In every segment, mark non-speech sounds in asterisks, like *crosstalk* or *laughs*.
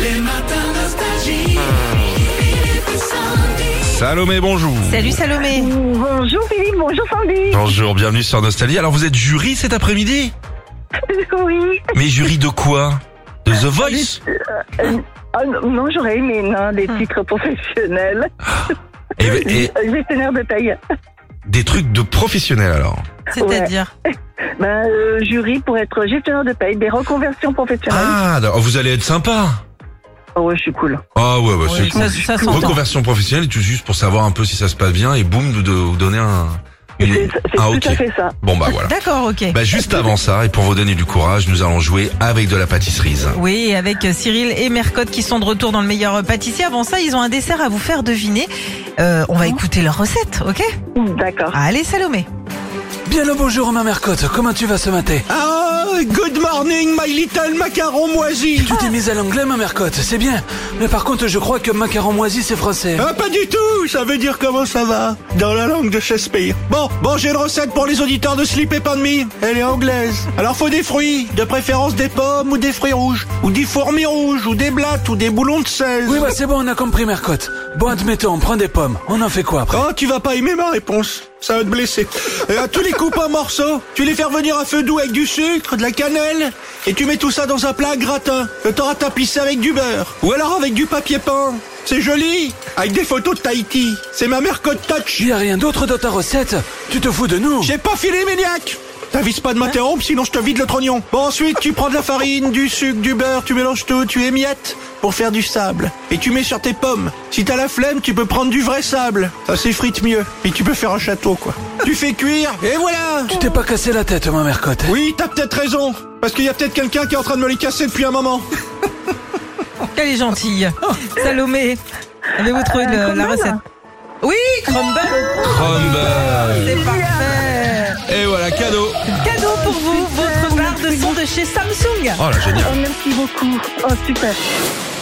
Les matins nostalgie. Philippe et Sandy. Salomé, bonjour. Salut Salomé. Bonjour Philippe, bonjour Sandy. Bonjour, bienvenue sur Nostalgie. Alors vous êtes jury cet après-midi Oh. Oui. Mais jury de quoi De The Voice Ah non, non, j'aurais aimé non, des titres professionnels. Ah. et, ben, et Euh, Gestionnaire de taille. des trucs de professionnels alors. C'est-à-dire Ben, euh, jury pour être gestionnaire de paye, des reconversions professionnelles. Ah, d'accord, vous allez être sympa. Oh, ouais, je suis cool. Ah ouais, bah, Oui, c'est ça, cool. ça s'entend. Reconversion professionnelle, tout juste pour savoir un peu si ça se passe bien et boum, de, de vous donner un... une- C'est c'est ah tout à ok. fait ça. Bon bah voilà. D'accord, ok. Bah juste avant ça, et pour vous donner du courage, nous allons jouer avec de la pâtisserie. Oui, avec euh, Cyril et Mercotte qui sont de retour dans le meilleur euh, pâtissier. Avant ça, ils ont un dessert à vous faire deviner. Euh, on va Oh. écouter leur recette, ok D'accord. Allez Salomé. *laughs* Bien le bonjour Romain Mercotte, comment tu vas ce matin Ah, good morning, my little macaron moisi. Tu t'es mise à l'anglais ma Mercotte, c'est bien. Mais par contre je crois que macaron moisi c'est français. Ah, pas du tout, ça veut dire comment ça va, dans la langue de Shakespeare. Bon, bon, j'ai une recette pour les auditeurs de Sleep et Me. Elle est anglaise. Alors faut des fruits, de préférence des pommes ou des fruits rouges, ou des fourmis rouges, ou des blattes, ou des boulons de 16. Oui bah c'est bon on a compris Mercotte. Bon admettons on prend des pommes, on en fait quoi après Oh, tu vas pas aimer ma réponse. Ça va te blesser. Et à tous les coupes en morceaux, tu les fais revenir à feu doux avec du sucre, de la cannelle, et tu mets tout ça dans un plat à gratin. Le t'auras tapissé avec du beurre. Ou alors avec du papier peint. C'est joli. Avec des photos de Tahiti. C'est ma mère Code Touch. Y a rien d'autre dans ta recette Tu te fous de nous J'ai pas filé, Méniac T'avises pas de m'interrompre, sinon je te vide le trognon. Bon, ensuite, tu prends de la farine, du sucre, du beurre, tu mélanges tout, tu émiettes pour faire du sable. Et tu mets sur tes pommes. Si t'as la flemme, tu peux prendre du vrai sable. Ça s'effrite mieux. Et tu peux faire un château, quoi. Tu fais cuire, et voilà Tu t'es pas cassé la tête ma Mercotte. hein Oui, t'as peut-être raison. Parce qu'il y a peut-être quelqu'un qui est en train de me les casser depuis un moment. Elle est gentille. Oh. Salomé, avez-vous trouvé le- Euh, la crumble recette Oui, crumble, Crumble. c'est parfait. Et voilà, cadeau. Cadeau pour vous, votre barre de son de chez Samsung. Oh là, génial. Oh, merci beaucoup. Oh, super.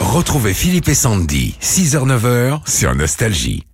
Retrouvez Philippe et Sandy, 6h-9h sur Nostalgie.